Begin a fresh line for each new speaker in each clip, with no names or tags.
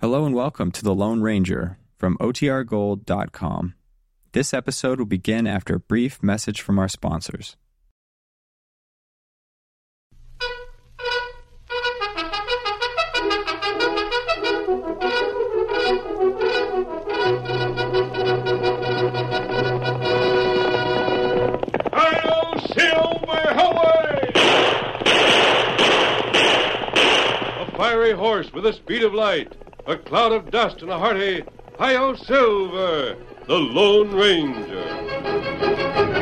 Hello and welcome to The Lone Ranger from OTRGold.com. This episode will begin after a brief message from our sponsors.
Hail Silver Hawaii! A fiery horse with the speed of light, a cloud of dust, and a hearty Hail Silver, the Lone Ranger.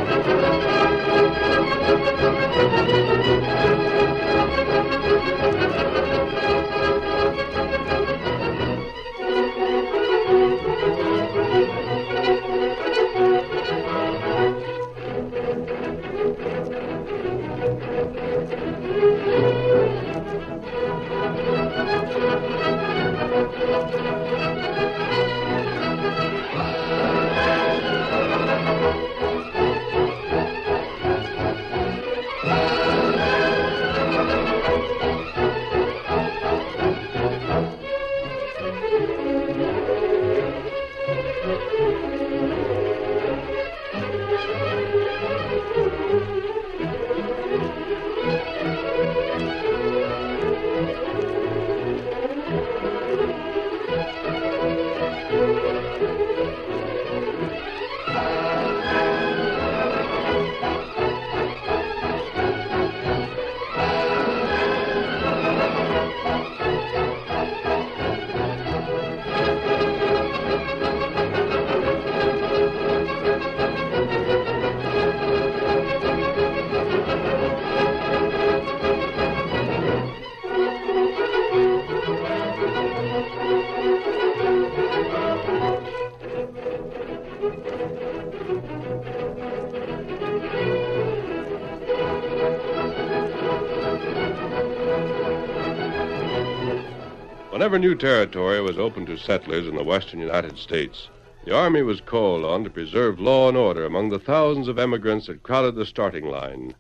Whenever new territory was opened to settlers in the western United States, the Army was called on to preserve law and order among the thousands of emigrants that crowded the starting line.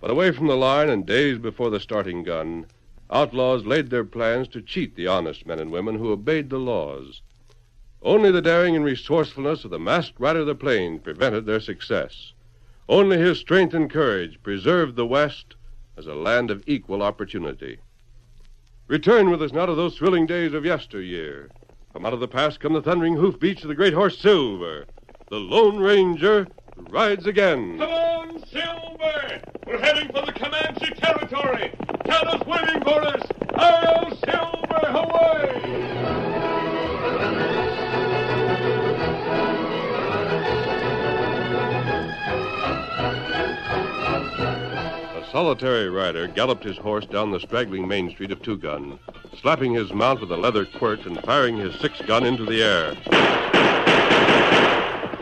But away from the line and days before the starting gun, outlaws laid their plans to cheat the honest men and women who obeyed the laws. Only the daring and resourcefulness of the masked rider of the plains prevented their success. Only his strength and courage preserved the West as a land of equal opportunity. Return with us now to those thrilling days of yesteryear. From out of the past come the thundering hoofbeats of the great horse Silver. The Lone Ranger rides again.
Come on, Silver! We're heading for the Comanche territory! Tabitha's waiting for us! Hail, Silver! Away!
A solitary rider galloped his horse down the straggling main street of Two Gun, slapping his mount with a leather quirt and firing his six gun into the air.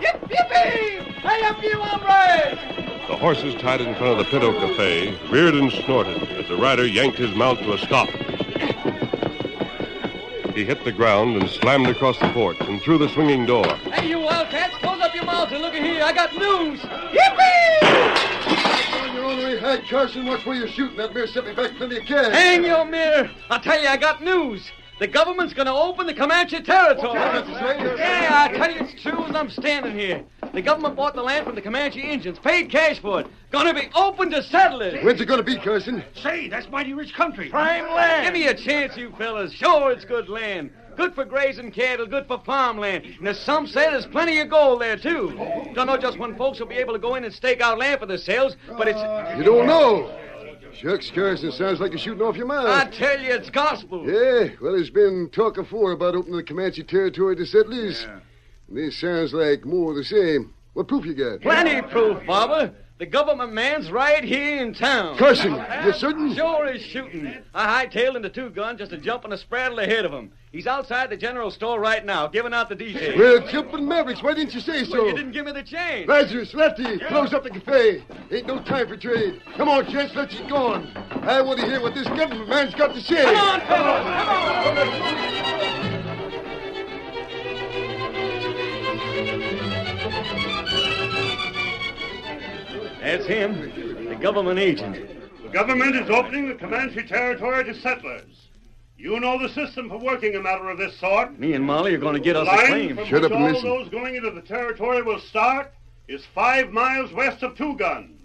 Yip, yippee! Hey up, you hombres!
The horses tied in front of the Pit Oak Cafe reared and snorted as the rider yanked his mount to a stop. He hit the ground and slammed across the porch and through the swinging door.
Hey, you wildcats, close up your mouths and look at here. I got news. Yippee!
On your own way, Hag Carson. Watch where you're shooting. That mirror set me back plenty of cash.
Hang your mirror. I tell you, I got news. The government's going to open the Comanche territory.
that's right.
Yeah, I tell you, it's true as I'm standing here. The government bought the land from the Comanche Indians, paid cash for it. Going to be open to settlers.
When's it gonna be, Carson?
Say, that's mighty rich country.
Prime land. Give me a chance, you fellas. Sure, it's good land. Good for grazing cattle, good for farmland. And as some say, there's plenty of gold there, too. Don't know just when folks will be able to go in and stake out land for themselves, but it's.
You don't know. Shucks, Carson, sounds like you're shooting off your
I
mouth.
tell you, it's gospel.
Yeah, well, there's been talk afore about opening the Comanche territory to settlers. And this sounds like more of the same. What proof you got?
Plenty proof, Bobber. The government man's right here in town.
Carson, you certain?
Sure is shooting. I hightailed into two gun just to jump on a spraddle ahead of him. He's outside the general store right now, giving out the details.
Well, jumping Mavericks, why didn't you say
Well,
so?
you didn't give me the change.
Lazarus, Lefty, close up the cafe. Ain't no time for trade. Come on, gents, let's get going. I want to hear what this government man's got to say.
Come on, fellas, come on. That's him, the government agent.
The government is opening the Comanche territory to settlers. You know the system for working a matter of this sort.
Me and Molly are going to get
The
us a
line
claim.
from
Shut up
which
and
all
listen.
those going into the territory will start is five miles west of Two Gun.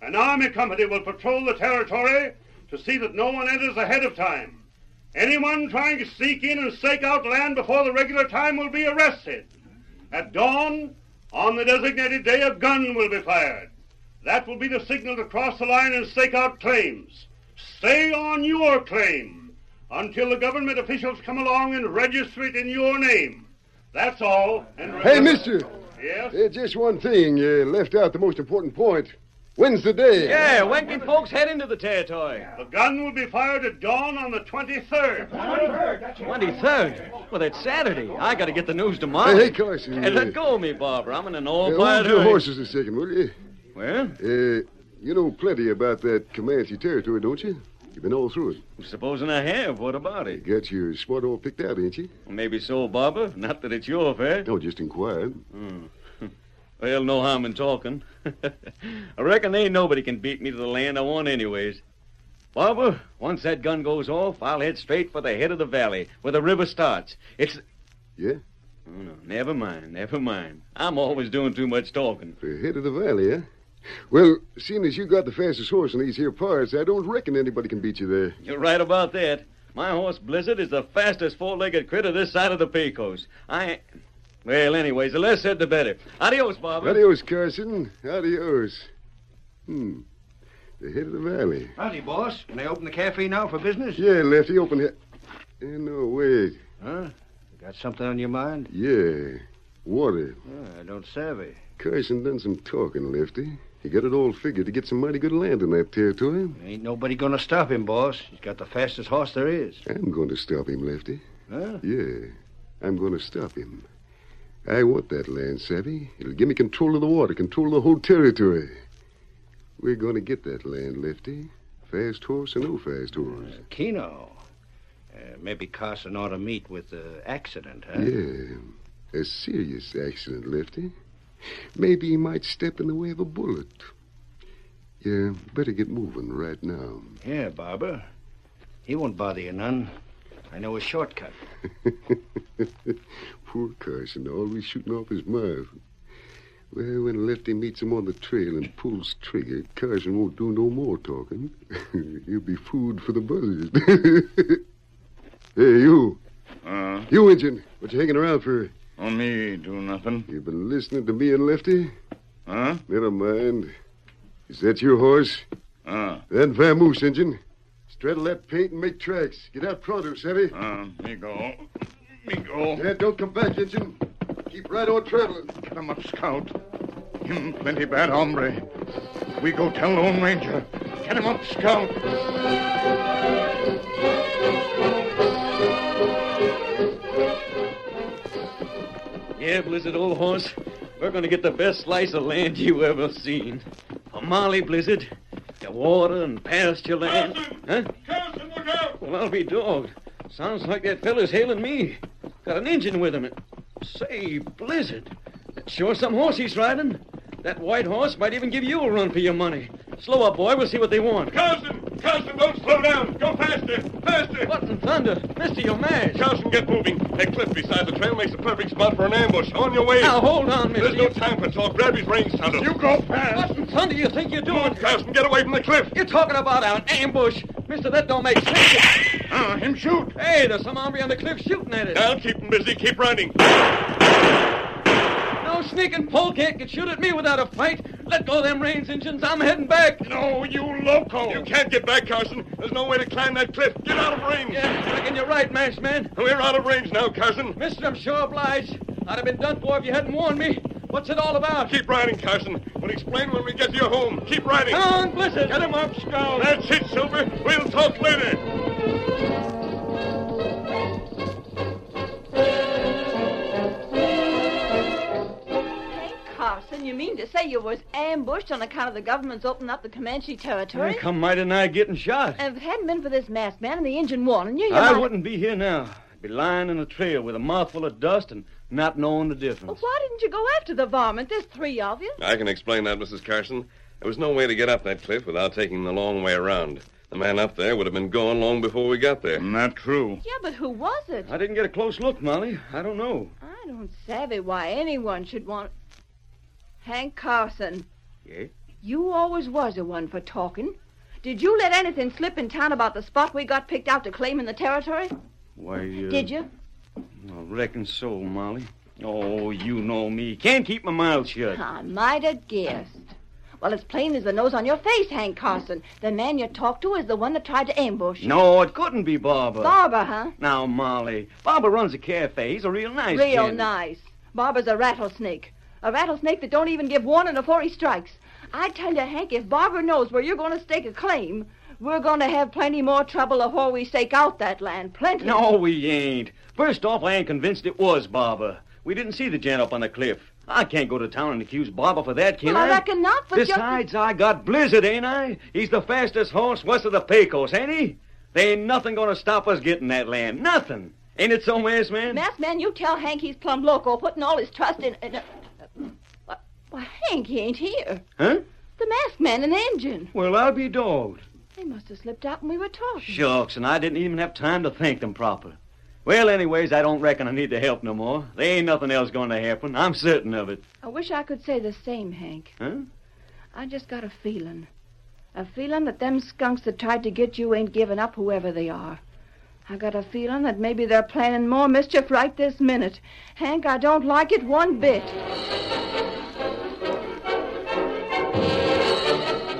An army company will patrol the territory to see that no one enters ahead of time. Anyone trying to sneak in and stake out land before the regular time will be arrested. At dawn, on the designated day, a gun will be fired. That will be the signal to cross the line and stake out claims. Stay on your claim until the government officials come along and register it in your name. That's all. And
Hey,
remember-
mister.
Yes?
There's just one thing. You left out the most important point. When's the day?
Yeah, when can folks head into the territory?
The gun will be fired at dawn on the 23rd.
23rd. Well, that's Saturday. I got to get the news to Molly.
Hey, hey, Carson.
Hey, let
uh,
go of me, Barbara. I'm in an
uh, hold
all-fired
your
hurry.
horses a second, will you?
Well,
Uh, you know plenty about that Comanche territory, don't you? You've been all through it.
supposing I have, what about it?
You got your smart all picked out, ain't you?
Maybe so, Barbara. Not that it's your affair.
No, just inquired.
Well, no harm in talking. I reckon ain't nobody can beat me to the land I want anyways. Barbara, once that gun goes off, I'll head straight for the head of the valley, where the river starts. It's...
Yeah?
Oh, no, never mind, never mind. I'm always doing too much talking.
The head of the valley, eh? Well, seeing as you got the fastest horse in these here parts, I don't reckon anybody can beat you there.
You're right about that. My horse, Blizzard, is the fastest four-legged critter this side of the Pecos. I... Well, anyways, the less said, the better. Adios, Barbara.
Adios, Carson. Adios. Hmm. The head of the valley.
Howdy, boss. Can they open the cafe now for business?
Yeah, Lefty, open it. Eh, no, wait.
Huh? Got something on your mind?
Yeah. Water.
Oh, I don't savvy.
Carson done some talking, Lefty. He got it all figured to get some mighty good land in that territory.
Ain't nobody gonna stop him, boss. He's got the fastest horse there is.
I'm going to stop him, Lefty.
Huh?
Yeah, I'm going to stop him. I want that land, Savvy. It'll give me control of the water, control of the whole territory. We're going to get that land, Lefty. Fast horse or no fast horse.
Keno. Uh, maybe Carson ought to meet with uh, the accident, huh?
Yeah, a serious accident, Lefty. Maybe he might step in the way of a bullet. Yeah, better get moving right now.
Yeah, Barbara. He won't bother you none. I know a shortcut.
Poor Carson, always shooting off his mouth. Well, when Lefty meets him on the trail and pulls trigger, Carson won't do no more talking. He'll be food for the buzzards. hey, you.
Uh,
You, Injun. What you hanging around for?
on me, do nothing.
You been listening to me and Lefty?
Huh?
Never mind. Is that your horse?
Uh,
Then vamoose, Injun. Straddle that paint and make tracks. Get out pronto, Savvy.
uh, me go. Me go.
Yeah, don't come back, Injun. Keep right on traveling.
Get him up, scout. Him plenty bad hombre. We go tell Lone Ranger. Get him up, scout.
Yeah, Blizzard, old horse. We're going to get the best slice of land you ever seen. For Molly, Blizzard, the water and pasture land. Huh?
Carson, look out!
Well, I'll be dogged. Sounds like that fella's hailing me. Got an engine with him. Say, Blizzard, that's sure some horse he's riding. That white horse might even give you a run for your money. Slow up, boy. We'll see what they want.
Carson! Carson, don't slow down! Go faster! Faster!
What in thunder? Mister, you're mad.
Carson, get moving. That cliff beside the trail makes a perfect spot for an ambush. On your way.
Now, hold on, mister.
There's no time for talk. Grab his reins, Tonto. You go fast.
What in thunder you think you're
Come on,
doing?
Carson. Get away from the cliff.
You're talking about an ambush. Mister, that don't make sense.
Ah, him shoot.
Hey, there's some hombre on the cliff shooting at us.
I'll keep him busy. Keep running.
No sneaking polecat can shoot at me without a fight. Let go of them reins, engines. I'm heading back.
No, you loco. You can't get back, Carson. There's no way to climb that cliff. Get out of range.
Yeah, I reckon you're right, Mash Man.
We're out of range now, Carson.
Mister, I'm sure obliged. I'd have been done for if you hadn't warned me. What's it all about?
Keep riding, Carson. We'll explain when we get to your home. Keep riding.
Come on, Blizzard.
Get him up, Scout. That's it, Silver. We'll talk later.
Hey, Carson, you mean to say you was ambushed on account of the government's opening up the Comanche territory?
Come, might and I getting shot.
And if it hadn't been for this masked man and the engine warning you, you
I
might-
wouldn't be here now. I'd be lying in a trail with a mouthful of dust and not knowing the
Well,
difference.
why didn't you go after the varmint? There's three of you.
I can explain that, Mrs. Carson. There was no way to get up that cliff without taking the long way around. The man up there would have been gone long before we got there.
Mm.
Not true.
Yeah, but who was it?
I didn't get a close look, Molly. I don't know.
I don't savvy why anyone should want. Hank Carson.
Yeah?
You always was the one for talking. Did you let anything slip in town about the spot we got picked out to claim in the territory?
Why, uh,
Did you?
I reckon so, Molly. Oh, you know me. Can't keep my mouth shut.
I might have guessed. Well, it's plain as the nose on your face, Hank Carson. The man you talked to is the one that tried to ambush you.
No, it couldn't be Barber.
Barber, huh?
Now, Molly, Barber runs a cafe. He's a real nice
Real
gent.
nice. Barber's a rattlesnake. A rattlesnake that don't even give warning afore he strikes. I tell you, Hank, if Barber knows where you're going to stake a claim, we're going to have plenty more trouble afore we stake out that land. Plenty.
No, we ain't. First off, I ain't convinced it was Barber. We didn't see the gent up on the cliff. I can't go to town and accuse Barber for that, can
Well, I
I?
reckon not, but just-
Besides, I got Blizzard, ain't I? He's the fastest horse west of the Pecos, ain't he? There ain't nothing gonna stop us getting that land. Nothing. Ain't it so, Mass Man?
Masked man, you tell Hank he's plumb loco, putting all his trust in. in uh, uh, why, Hank, he ain't here.
Huh?
The masked man and the engine.
Well, I'll be dogged.
They must have slipped out when we were talking.
Shucks, and I didn't even have time to thank them proper. Well, anyways, I don't reckon I need their help no more. There ain't nothing else going to happen. I'm certain of it.
I wish I could say the same, Hank.
Huh?
I just got a feeling. A feeling that them skunks that tried to get you ain't giving up, whoever they are. I got a feeling that maybe they're planning more mischief right this minute. Hank, I don't like it one bit.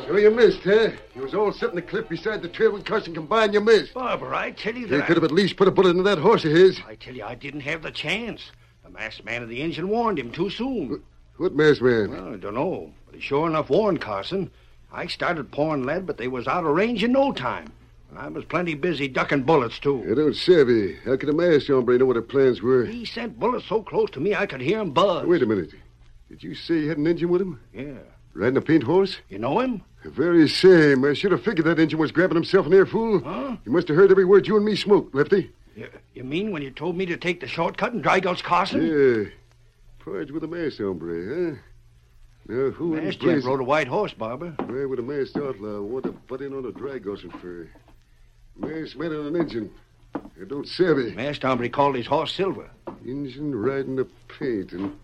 So you missed, huh? You was all set in the cliff beside the trail when Carson combined. You missed.
Barber, I tell you
You
that.
could have at least put a bullet into that horse of his.
I tell you, I didn't have the chance. The masked man of the engine warned him too soon.
What masked man?
Well, I don't know, but he sure enough warned Carson. I started pouring lead, but they was out of range in no time. And I was plenty busy ducking bullets,
I
too.
don't savvy. How could a masked hombre know what her plans were?
He sent bullets so close to me I could hear him buzz.
Wait a minute. Did you say he had an engine with him?
Yeah.
Riding a paint horse?
You know him?
The very same. I should have figured that engine was grabbing himself an air fool.
Huh?
You must have heard every word you and me smoked, Lefty.
You, you mean when you told me to take the shortcut and drag out Carson?
Yeah. Pride's with a masked hombre, huh? Now, who in
Last gent
blazes-
rode a white horse, Barber.
Why would a masked outlaw want to butt in on a dry gossip for masked man on an engine? You don't savvy.
Masked hombre called his horse Silver.
Engine riding a paint and...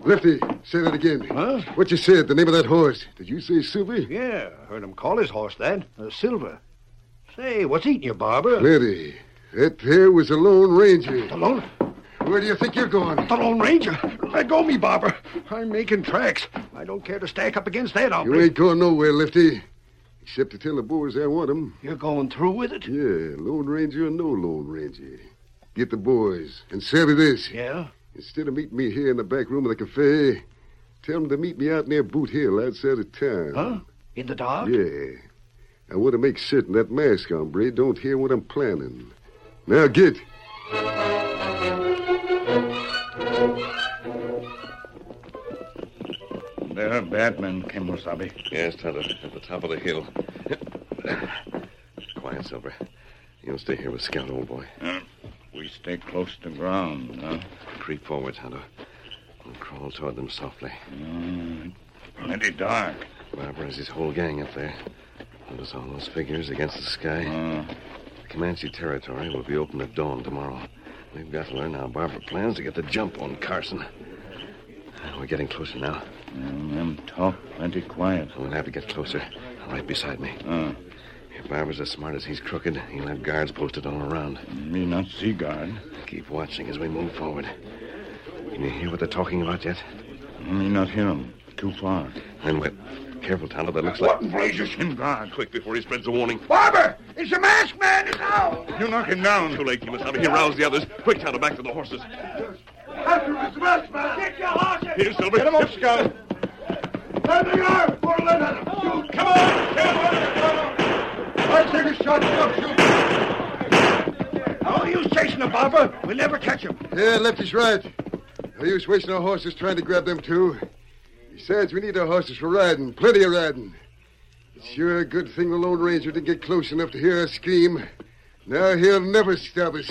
Lefty, say that again.
Huh?
What you said, the name of that horse. Did you say Silver?
Yeah, heard him call his horse that. Uh, Silver. Say, what's eating you, Barber?
Plenty. That there was a Lone Ranger.
The Lone,
Where do you think you're going?
the Lone Ranger. Let go me, Barber. I'm making tracks. I don't care to stack up against that
You
hombre.
ain't going nowhere, Lefty. Except to tell the boys I want 'em.
You're going through with it?
Yeah, Lone Ranger or no Lone Ranger. Get the boys. And savvy this.
Yeah.
Instead of meeting me here in the back room of the cafe, tell 'em to meet me out near Boot Hill outside of town.
Huh? In the dark?
Yeah. I want to make certain that mask hombre don't hear what I'm planning. Now get.
There are Batman, Kemosabe.
Yes, Tonto, at the top of the hill. Quiet, Silver. You'll stay here with Scout, old boy.
We stay close to ground, huh?
Creep forward, Tonto. And crawl toward them softly.
Plenty dark.
Barber has his whole gang up there. Notice all those figures against the sky.
Uh,
Comanche territory will be open at dawn tomorrow. We've got to learn how Barber plans to get the jump on Carson. Ah, We're getting closer now.
them talk Mm, plenty quiet.
We'll have to get closer. Right beside me.
Uh,
If Barber's as smart as he's crooked, he'll have guards posted all around.
me not see guard.
Keep watching as we move forward. Can you hear what they're talking about yet?
Me not hear 'em. Too far.
Then wait. Careful, Tonto. That looks like.
blazes him guard?
Quick before he spreads a warning.
Barber! It's the masked man! It's out! You knock him down.
Too late, Kimasabi. He roused the others. Quick, Tonto, back to the horses.
After his masked man! Get your horses!
Here, Silver. Get him up, Scout.
Let me out! Or let him! Shoot! Come on! Get I'll take a shot. Stop shooting. How are you chasing him, Barber? We'll never catch him.
Yeah, Lefty's right. No use wasting our horses trying to grab them two. Besides, we need our horses for riding. Plenty of riding. It's sure a good thing the Lone Ranger didn't get close enough to hear us scream. Now he'll never stop us.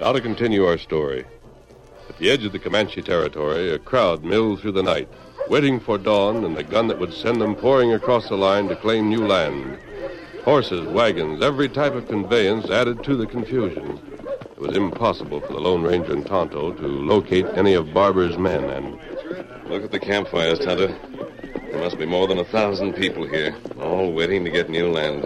Now to continue our story. At the edge of the Comanche territory, a crowd milled through the night, waiting for dawn and the gun that would send them pouring across the line to claim new land. Horses, wagons, every type of conveyance added to the confusion. It was impossible for the Lone Ranger and Tonto to locate any of Barber's men, and
Look at the campfires, Tonto. There must be more than a thousand people here, all waiting to get new land.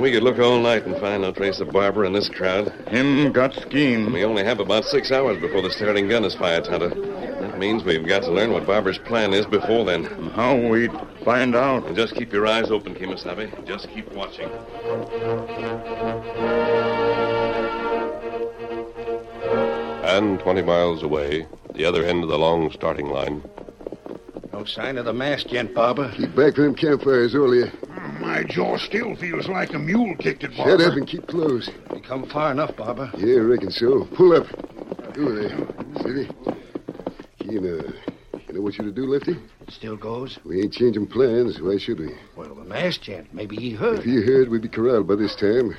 We could look all night and find no trace of Barber in this crowd.
Him got scheme.
We only have about six hours before the starting gun is fired, Tonto. That means we've got to learn what Barber's plan is before then.
How we find out?
And just keep your eyes open, Kimasabe. Just keep watching.
and 20 miles away, the other end of the long starting line,
No sign of the mast yet, Barber.
Keep back to them campfires earlier.
My jaw still feels like a mule kicked it,
Shut up and keep close.
We come far enough, Barber.
Yeah, I reckon so. Pull up. Over there. City. Kena, you know what you to do, Lefty?
It still goes.
We ain't changing plans. Why should we?
Well, the mast yet. Maybe he
If
heard.
you heard, we'd be corralled by this time.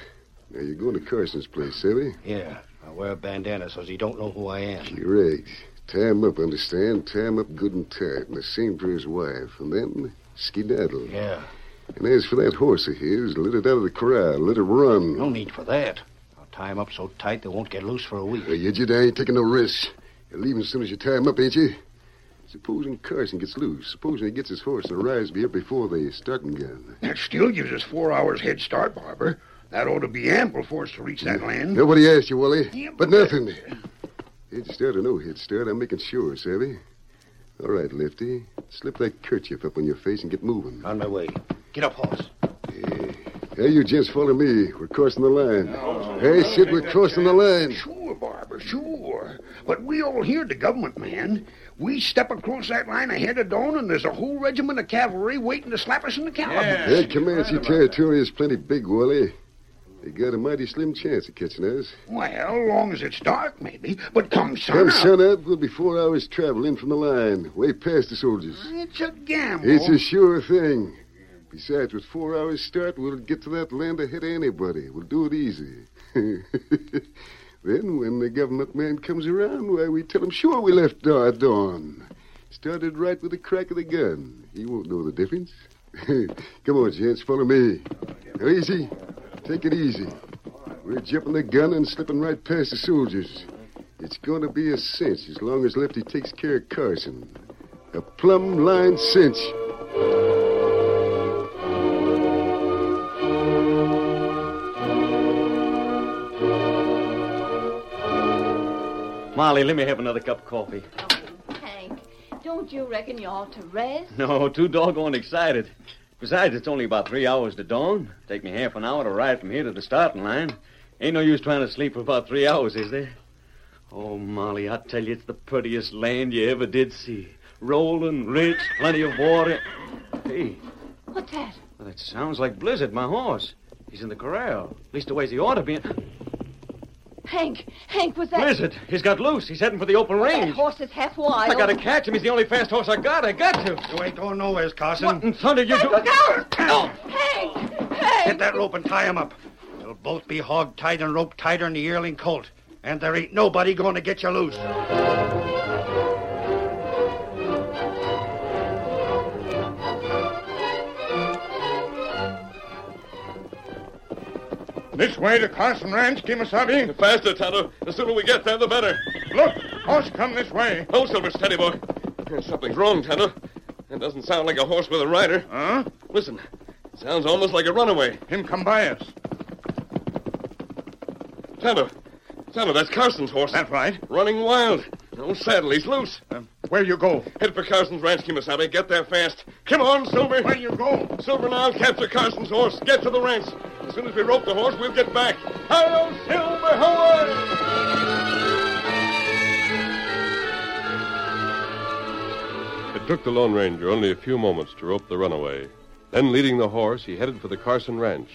Now, you're going to Carson's place, eh? Savvy?
Yeah. I wear a bandana so's he don't know who I am.
Correct. Tie him up, understand? Tie him up good and tight, and the same for his wife. And then skedaddle.
Yeah.
And as for that horse of his, let it out of the corral. Let it run.
No need for that. I'll tie him up so tight they won't get loose for a
Well,
week.
you just ain't taking no risks. You're leaving as soon as you tie him up, ain't you? Supposing Carson gets loose. Supposing he gets his horse and arrives me up before the starting gun.
That still gives us four hours head start, Barber. That ought to be ample for us to reach that land.
Nobody asked you, Wally.
Yeah,
but
but-
nothing. Head start or no head start, I'm making sure, Savvy. All right, Lefty. Slip that kerchief up on your face and get moving.
On my way. Get up, horse.
Hey, you gents, follow me. We're crossing the line. hey, Sid, we're crossing the line.
Sure, Barber, sure. But we all hear the government, man. We step across that line ahead of dawn, and there's a whole regiment of cavalry waiting to slap us in the calaboose.
That Comanche territory is plenty big, Wally. They got a mighty slim chance of catching us.
Well, long as it's dark, maybe. But come
Come
sunup,
sun up, we'll be four hours travel in from the line, way past the soldiers.
it's a gamble.
It's a sure thing. Besides, with four hours start, we'll get to that land ahead of anybody. We'll do it easy. then, when the government man comes around, why, we tell him, sure, we left our dawn. Started right with the crack of the gun. He won't know the difference. Come on, gents, follow me. Now, easy. Take it easy. We're jumping the gun and slipping right past the soldiers. It's going to be a cinch as long as Lefty takes care of Carson. A plumb line cinch.
Molly, let me have another cup of coffee.
Hank, don't you reckon you ought to rest?
No, too doggone excited. Besides, it's only about three hours to dawn. Take me half an hour to ride from here to the starting line. Ain't no use trying to sleep for about three hours, is there? Oh, Molly, I tell you, it's the prettiest land you ever did see. Rolling, rich, plenty of water. Hey,
What's that?
well, that sounds like Blizzard, my horse. He's in the corral. Least the ways he ought to be. In.
Hank, Hank, was that
Blizzard, he's got loose. He's heading for the open
that
range.
horse is half wild?
I gotta catch him. He's the only fast horse I got. I got to.
You ain't going nowheres, Carson.
What in thunder you do?
Look out!
No.
Hank! Hank!
Get that rope and tie him up. They'll both be hog tied and rope tighter than the yearling colt. And there ain't nobody going to get you loose.
This way to Carson Ranch, Kimasabi.
Faster, Tonto. The sooner we get there, the better.
Look, horse come this way.
Hold Silver steady, boy. Something's wrong, Tonto. That doesn't sound like a horse with a rider.
Huh?
Listen, sounds almost like a runaway.
Him come by us.
Tonto, Tonto, that's Carson's horse.
That right.
Running wild. No saddle, he's loose.
Where you go?
Head for Carson's ranch, Kimasabi. Get there fast. Come on, Silver.
Where you go?
Silver and I'll capture Carson's horse. Get to the ranch. As soon as we rope the horse, we'll get back. Hello, Silver Horse!
It took the Lone Ranger only a few moments to rope the runaway. Then, leading the horse, he headed for the Carson ranch.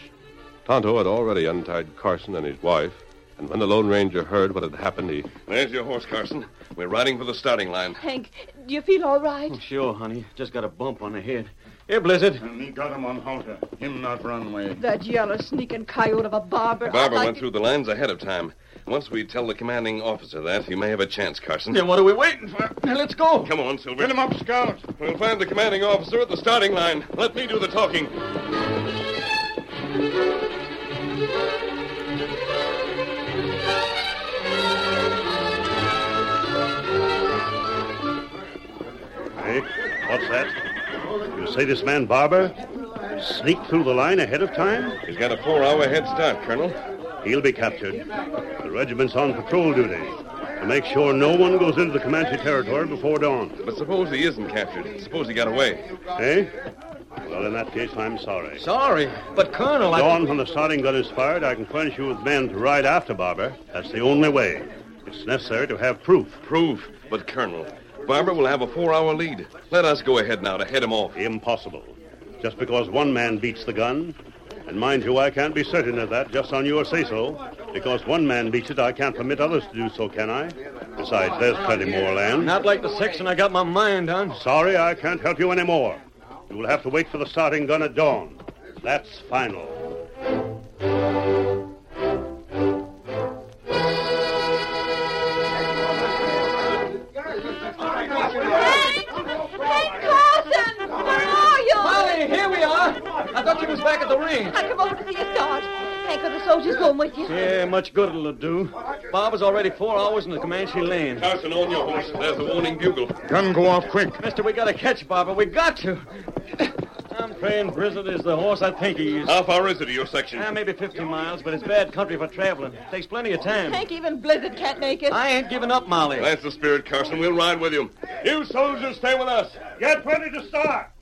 Tonto had already untied Carson and his wife, and when the Lone Ranger heard what had happened, he.
There's your horse, Carson. We're riding for the starting line.
Hank, do you feel all right?
Sure, honey. Just got a bump on the head. Here, Blizzard.
And me got him on halter. Him not run away.
That yellow sneaking coyote of a barber. I'd
Barber
like
went
to-
through the lines ahead of time. Once we tell the commanding officer that, you may have a chance, Carson.
Then what are we waiting for? Now, let's go.
Come on, Silver.
Get him up, Scout.
We'll find the commanding officer at the starting line. Let me do the talking.
Hey, what's that? You say this man Barber sneaked through the line ahead of time?
He's got a four hour head start, Colonel.
He'll be captured. The regiment's on patrol duty to make sure no one goes into the Comanche territory before dawn.
But suppose he isn't captured. Suppose he got away.
Eh? Well, in that case, I'm sorry.
Sorry, but Colonel, I...
Dawn, when the starting gun is fired, I can furnish you with men to ride after Barber. That's the only way. It's necessary to have proof.
Proof. But, Colonel, Barber will have a four hour lead. Let us go ahead now to head him off.
Impossible. Just because one man beats the gun, and mind you, I can't be certain of that just on your say so. Because one man beats it, I can't permit others to do so, can I? Besides, there's plenty more land.
Not like the section I got my mind on.
Sorry, I can't help you any more. You will have to wait for the starting gun at dawn. That's final.
Hank! Hank Carson! Where are you?
Molly, here we are. I thought you was back at the ranch.
I come over to see you start. Hank, are the soldiers going with you?
Yeah, much good it'll do. Bob is already four hours in the Comanche land.
Carson, on your horse. There's the warning bugle.
Gun go off quick.
Mister, we gotta catch Barber. We got to. I'm praying Blizzard is the horse I think he is.
Uh.
How far is it to your section?
Ah, maybe 50 miles, but it's bad country for traveling. Takes plenty of time.
Hank, even Blizzard can't make it.
I ain't giving up, Molly.
That's the spirit, Carson. We'll ride with you. You soldiers, stay with us.
Get ready to start.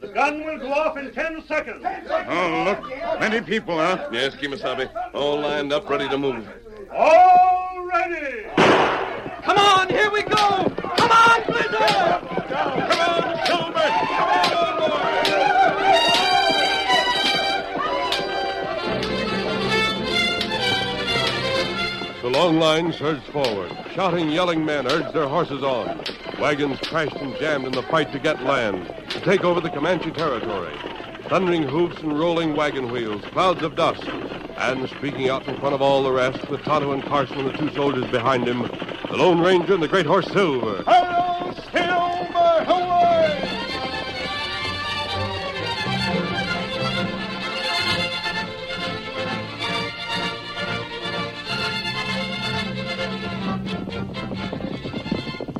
The gun will go off in ten seconds.
Oh, look. Plenty people, huh?
Yes, Kimasabi. All lined up, ready to move.
All ready.
Come on, here we go! Come on, Blizzard!
The long line surged forward. Shouting, yelling men urged their horses on. Wagons crashed and jammed in the fight to get land, to take over the Comanche territory. Thundering hoofs and rolling wagon wheels, clouds of dust. And speaking out in front of all the rest, with Tonto and Carson and the two soldiers behind him, the Lone Ranger and the great horse Silver. Hail, Silver! Hooray!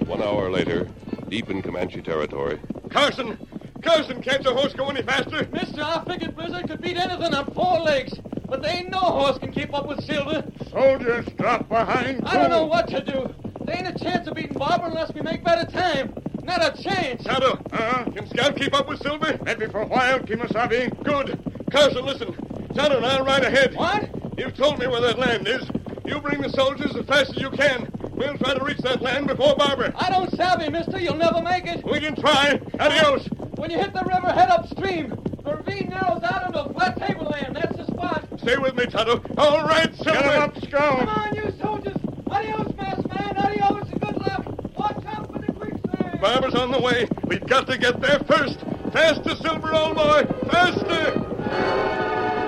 One hour later, deep in Comanche territory,
Carson! Carson, can't your horse go any faster?
Mister, I figured Blizzard could beat anything on four legs. But there ain't no horse can keep up with Silver.
Soldiers, drop behind.
I don't know what to do. There ain't a chance of beating Barber unless we make better time. Not a chance.
Tonto,
Huh?
Uh-huh. can Scout keep up with Silver?
Maybe for a while, Kimasabi.
Good. Carson, listen. Tonto and I'll ride ahead.
What?
You've told me where that land is. You bring the soldiers as fast as you can. We'll try to reach that land before Barber.
I don't savvy, mister. You'll never make it.
We can try. Adios.
When you hit the river, head upstream. The ravine narrows out into flat tableland. That's the spot.
Stay with me, Tonto. All right, Silver.
Get him up,
Come
Scout.
on, you soldiers. Adios, masked man. Adios, and good luck. Watch out for the quicksand.
Barber's on the way. We've got to get there first. Faster, Silver, old boy. Faster.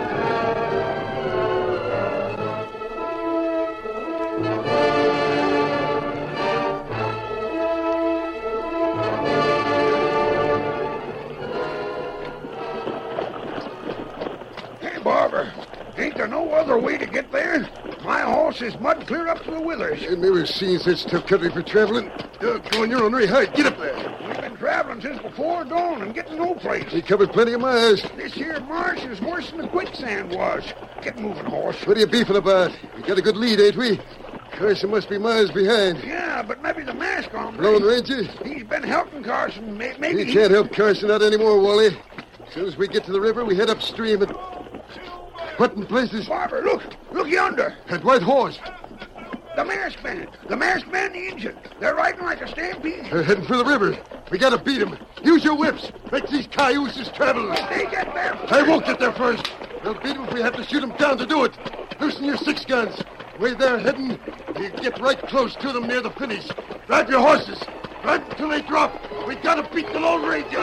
Hey, Barber, Ain't there no other way to get there? My horse is mud clear up to the withers.
You never seen such tough country for traveling. Uh, go on your own way. Hurry, get up there.
We've been traveling since before dawn and getting no place.
We covered plenty of miles.
This here marsh is worse than the quicksand was. Get moving, horse.
What are you beefing about? We got a good lead, ain't we? Carson must be miles behind.
Yeah, but maybe the mask on.
Lone Ranger?
He's been helping Carson. May- Maybe
We
he-
can't help Carson out anymore, Wally. As soon as we get to the river, we head upstream and. What in places?
Barber, look. Look yonder.
That white horse.
The masked man. The masked man and the engine. They're riding like a stampede.
They're heading for the river. We gotta beat them. Use your whips. Make these cayuses travelers.
They get there.
They won't get there first. They'll beat them if we have to shoot them down to do it. Loosen your six guns. Way they're heading, you get right close to them near the finish. Drive your horses. Drive until they drop. We gotta beat the Lone Ranger.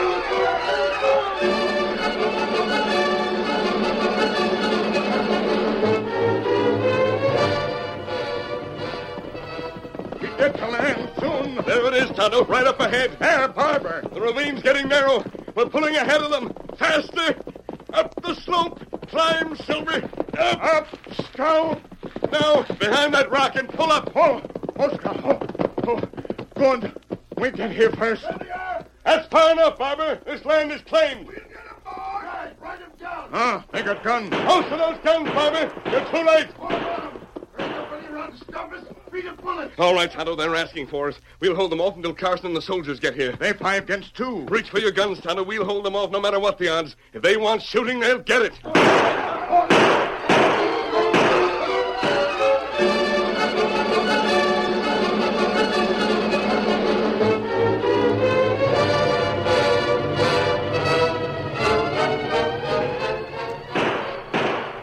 We get to land soon. There it is, Tonto, right up ahead. There, Barber. The ravine's getting narrow. We're pulling ahead of them. Faster. Up the slope. Climb, Silver. Up. Up. Scout. Now, behind that rock and pull up. Oh, Oscar. Oh, oh. Good. We get here first. That's far enough, Barber. This land is claimed. Ah, they got guns. Most of those guns, Barber. You're too late. All right, Tonto, they're asking for us. We'll hold them off until Carson and the soldiers get here. They five against two. Reach for your guns, Tonto. We'll hold them off no matter what the odds. If they want shooting, they'll get it.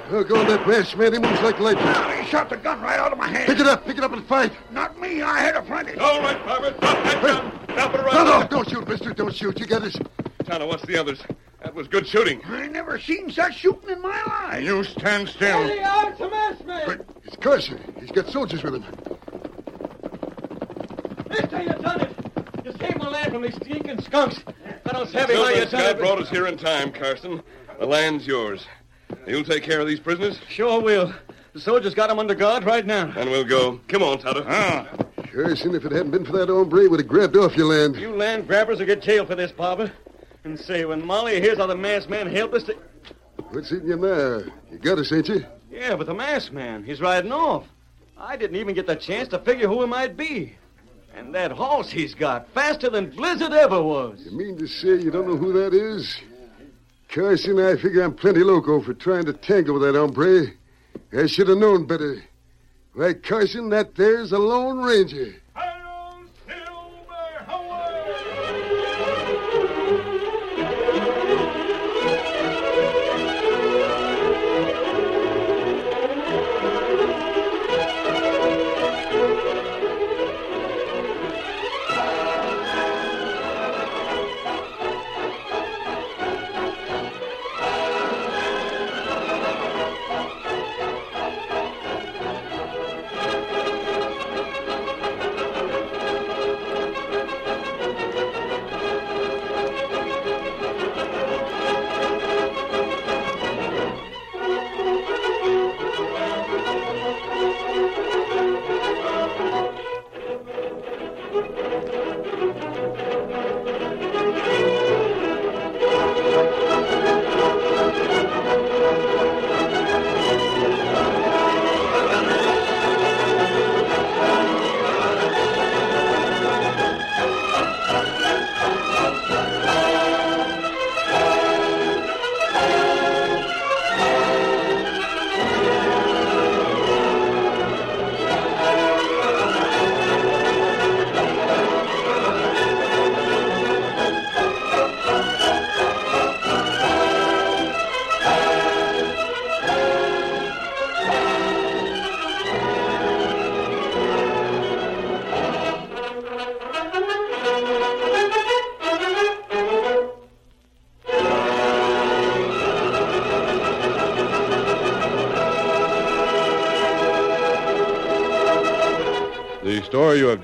Oh, go on that branch, man. He moves like lightning.
Ah, He shot the gun right out of my hand.
Pick it up. Pick it up and fight.
Not me. I had a plenty.
All right, Barber, drop that gun. Drop it
No,
around.
no, don't shoot, mister. Don't shoot. You got us.
Tonto, what's the others? That was good shooting.
I never seen such shooting in my life.
You stand still.
But it's Carson. He's got soldiers with him.
Mister, you done it. You saved my land from these stinking skunks. I don't savvy how you
Silver
done
Sky
it.
brought us here in time, Carson. The land's yours. You'll take care of these prisoners,
Sure will. The soldiers got him under guard right now.
and we'll go. Come on, Tonto.
Ah.
Carson, if it hadn't been for that hombre, he would have grabbed off your land.
You land grabbers will get jailed for this, Barber. And say, when Molly hears how the masked man helped us to...
What's eating you now? You got us, ain't you?
Yeah, but the masked man, he's riding off. I didn't even get the chance to figure who he might be. And that horse he's got, faster than Blizzard ever was.
You mean to say you don't know who that is? Carson, I figure I'm plenty loco for trying to tangle with that hombre. I should have known better. Why, Carson, that there's a Lone Ranger.
The story you have